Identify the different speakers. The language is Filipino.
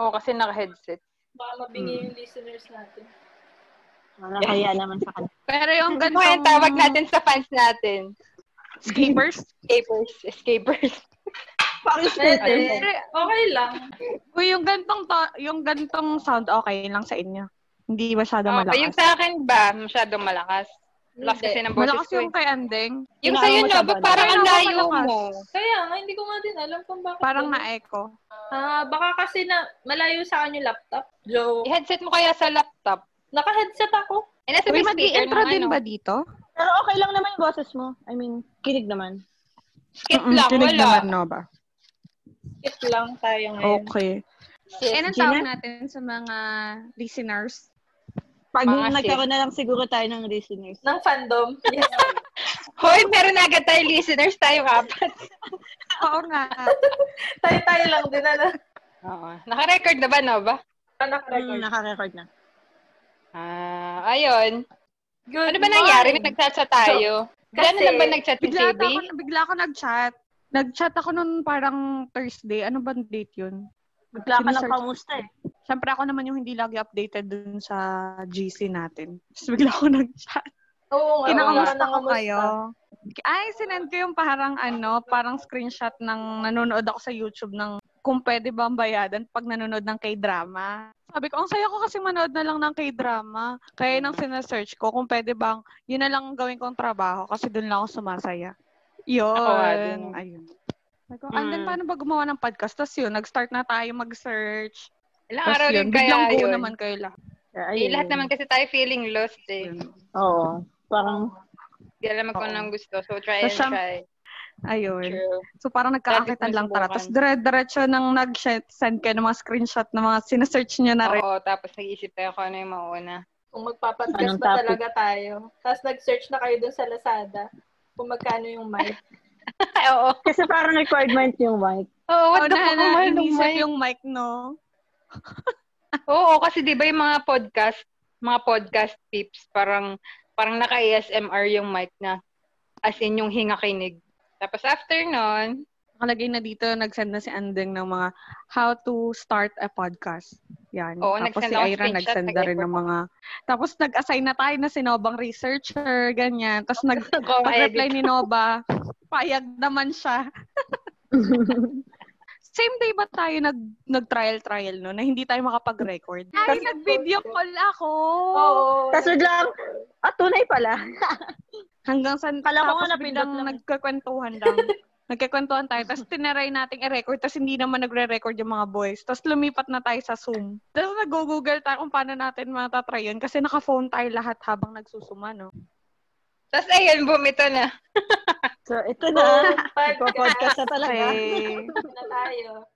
Speaker 1: Oo, kasi naka-headset.
Speaker 2: Baka mabingi
Speaker 3: Hmm.
Speaker 2: yung listeners natin.
Speaker 3: Nakakaya naman sa kanila.
Speaker 1: Pero yung
Speaker 4: Ano
Speaker 1: ganito
Speaker 4: ba
Speaker 1: yung tawag natin sa fans natin.
Speaker 4: Escapers?
Speaker 1: Escapers. Escapers.
Speaker 3: Parang eh.
Speaker 2: Pwede.
Speaker 1: Pero,
Speaker 2: Okay lang.
Speaker 4: Uy, yung gantong, to- yung gantong sound okay lang sa inyo. Hindi masyado
Speaker 1: oh,
Speaker 4: malakas.
Speaker 1: yung sa akin ba, masyadong malakas. Lakas kasi ng boses
Speaker 4: malakas
Speaker 1: ko.
Speaker 4: yung kay Andeng.
Speaker 1: eh. Yung sa'yo, no,
Speaker 3: Kailangan masyado.
Speaker 1: ba't parang ang
Speaker 4: Kailangan
Speaker 1: layo
Speaker 4: malakas.
Speaker 1: mo?
Speaker 2: Kaya nga, hindi ko nga din alam kung bakit.
Speaker 4: Parang
Speaker 2: ganun.
Speaker 4: na-echo.
Speaker 2: Ah, baka kasi na malayo sa akin yung laptop. So,
Speaker 1: I-headset mo kaya sa laptop.
Speaker 2: naka-headset ako.
Speaker 1: Eh, nasa
Speaker 4: Uy,
Speaker 1: may speaker
Speaker 4: mag-i-intro
Speaker 1: ng
Speaker 4: din
Speaker 1: ano.
Speaker 4: ba dito?
Speaker 3: Pero okay lang naman yung boses mo. I mean, kinig naman.
Speaker 1: Skip
Speaker 4: Mm-mm,
Speaker 1: lang,
Speaker 4: Kinig
Speaker 1: wala.
Speaker 4: naman, no ba?
Speaker 2: Skip lang tayo ngayon.
Speaker 4: Okay.
Speaker 1: Skip.
Speaker 4: Yan ang
Speaker 3: Gina?
Speaker 4: tawag natin sa mga
Speaker 1: Ah.
Speaker 4: listeners.
Speaker 3: Pag
Speaker 1: Mga
Speaker 3: nagkaroon na lang siguro tayo ng listeners.
Speaker 2: Ng fandom. Yes.
Speaker 1: Hoy, meron na agad tayo listeners tayo apat.
Speaker 4: Oo nga.
Speaker 2: Tayo-tayo lang din, ano?
Speaker 1: Oo. Naka-record na ba, Nova?
Speaker 2: Ah, Naka-record.
Speaker 3: Hmm, naka-record na.
Speaker 1: Ah, ayun.
Speaker 2: Good
Speaker 1: Ano ba nangyari? May
Speaker 2: morning.
Speaker 1: nagchat-chat tayo.
Speaker 2: Kasi-
Speaker 1: Gano'n lang ba nag-chat si
Speaker 4: Bigla
Speaker 1: CB?
Speaker 4: ako, bigla ako nag-chat. Nag-chat ako nun parang Thursday. Ano ba ang date yun?
Speaker 3: Bigla ka
Speaker 4: Sinesearch-
Speaker 3: ng kamusta eh.
Speaker 4: Siyempre ako naman yung hindi lagi updated dun sa GC natin. Tapos bigla ako nag-chat.
Speaker 2: Oo nga.
Speaker 4: Kinakamusta
Speaker 2: wala
Speaker 4: ko
Speaker 2: nang
Speaker 4: kayo? Ay, sinend ko yung parang ano, parang screenshot ng nanonood ako sa YouTube ng kung pwede ba ang bayadan pag nanonood ng K-drama. Sabi ko, ang saya ko kasi manood na lang ng K-drama. Kaya nang sinesearch ko kung pwede bang, yun na lang ang gawin kong trabaho kasi dun lang ako sumasaya. Yun.
Speaker 1: Ako nga din.
Speaker 4: Ayun. Sabi ko, and then
Speaker 3: Hmm.
Speaker 4: paano ba gumawa ng podcast? Tapos yun, nag-start na tayo mag-search.
Speaker 1: Ilang
Speaker 4: Tapos
Speaker 1: araw
Speaker 4: yun,
Speaker 1: din
Speaker 4: biglang
Speaker 1: kaya
Speaker 4: go
Speaker 1: yun.
Speaker 4: naman kayo lahat.
Speaker 1: Eh, lahat naman kasi tayo feeling lost eh.
Speaker 3: Oo. Parang,
Speaker 1: Hindi alam kung
Speaker 4: Oo.
Speaker 1: anong gusto. So, try
Speaker 4: So,
Speaker 1: and
Speaker 4: siyam-
Speaker 1: try.
Speaker 4: Ayun.
Speaker 1: True.
Speaker 4: So parang
Speaker 1: Dati
Speaker 4: nagkaakitan
Speaker 1: ko
Speaker 4: lang tara.
Speaker 1: nasubukan.
Speaker 4: Tapos dire-diretso nang nag-send kayo ng mga screenshot ng mga sinesearch nyo na rin.
Speaker 1: Oo, tapos nag-iisip tayo kung ano yung mauna.
Speaker 2: Kung magpapatest
Speaker 3: Anong
Speaker 2: ba
Speaker 3: topic?
Speaker 2: talaga tayo. Tapos nag-search na kayo dun sa Lazada. Kung magkano yung mic.
Speaker 1: Ay, oo.
Speaker 3: kasi parang requirement yung mic.
Speaker 1: Oo, what the
Speaker 4: Oh, na,
Speaker 1: fuck, ano mahal ng
Speaker 4: inisip
Speaker 1: mic.
Speaker 4: yung mic, no?
Speaker 1: Oo, kasi di ba yung mga podcast, mga podcast tips, parang parang naka-ASMR yung mic na as in yung hinga kinig. Tapos after nun,
Speaker 4: Nakalagay na dito, nag-send na si Andeng ng mga how to start a podcast. Yan.
Speaker 1: Oo,
Speaker 4: tapos
Speaker 1: nag-send
Speaker 4: si
Speaker 1: ako
Speaker 4: Ira
Speaker 1: screenshot,
Speaker 4: nag-send na rin ng mga... Tapos nag-assign na tayo na si Nobang researcher, ganyan. Tapos nag
Speaker 1: ako
Speaker 4: pag-reply
Speaker 1: edit.
Speaker 4: ni Nova, payag naman siya. Same day ba tayo nag, nag-trial-trial, no? Na hindi tayo makapag-record? Ay,
Speaker 2: Kasi-
Speaker 4: nag-video call ako!
Speaker 2: Oo.
Speaker 3: Tapos biglang, ah, tunay pala.
Speaker 4: Hanggang sa
Speaker 3: Kala ko
Speaker 4: tapos
Speaker 3: nga napindot
Speaker 4: biglang
Speaker 3: lang.
Speaker 4: nagkakwentuhan lang. Nagkakwentuhan tayo. Tapos tinaray nating i-record. Tapos hindi naman nagre-record yung mga boys. Tapos lumipat na tayo sa Zoom. Tapos nag-google tayo kung paano natin matatry yun. Kasi naka-phone tayo lahat habang nagsusuma, no?
Speaker 1: Tapos ayun, bumito na.
Speaker 3: So, ito
Speaker 2: Oo,
Speaker 3: na.
Speaker 2: podcast
Speaker 3: Podcast na talaga.
Speaker 4: Kasi,
Speaker 2: na tayo.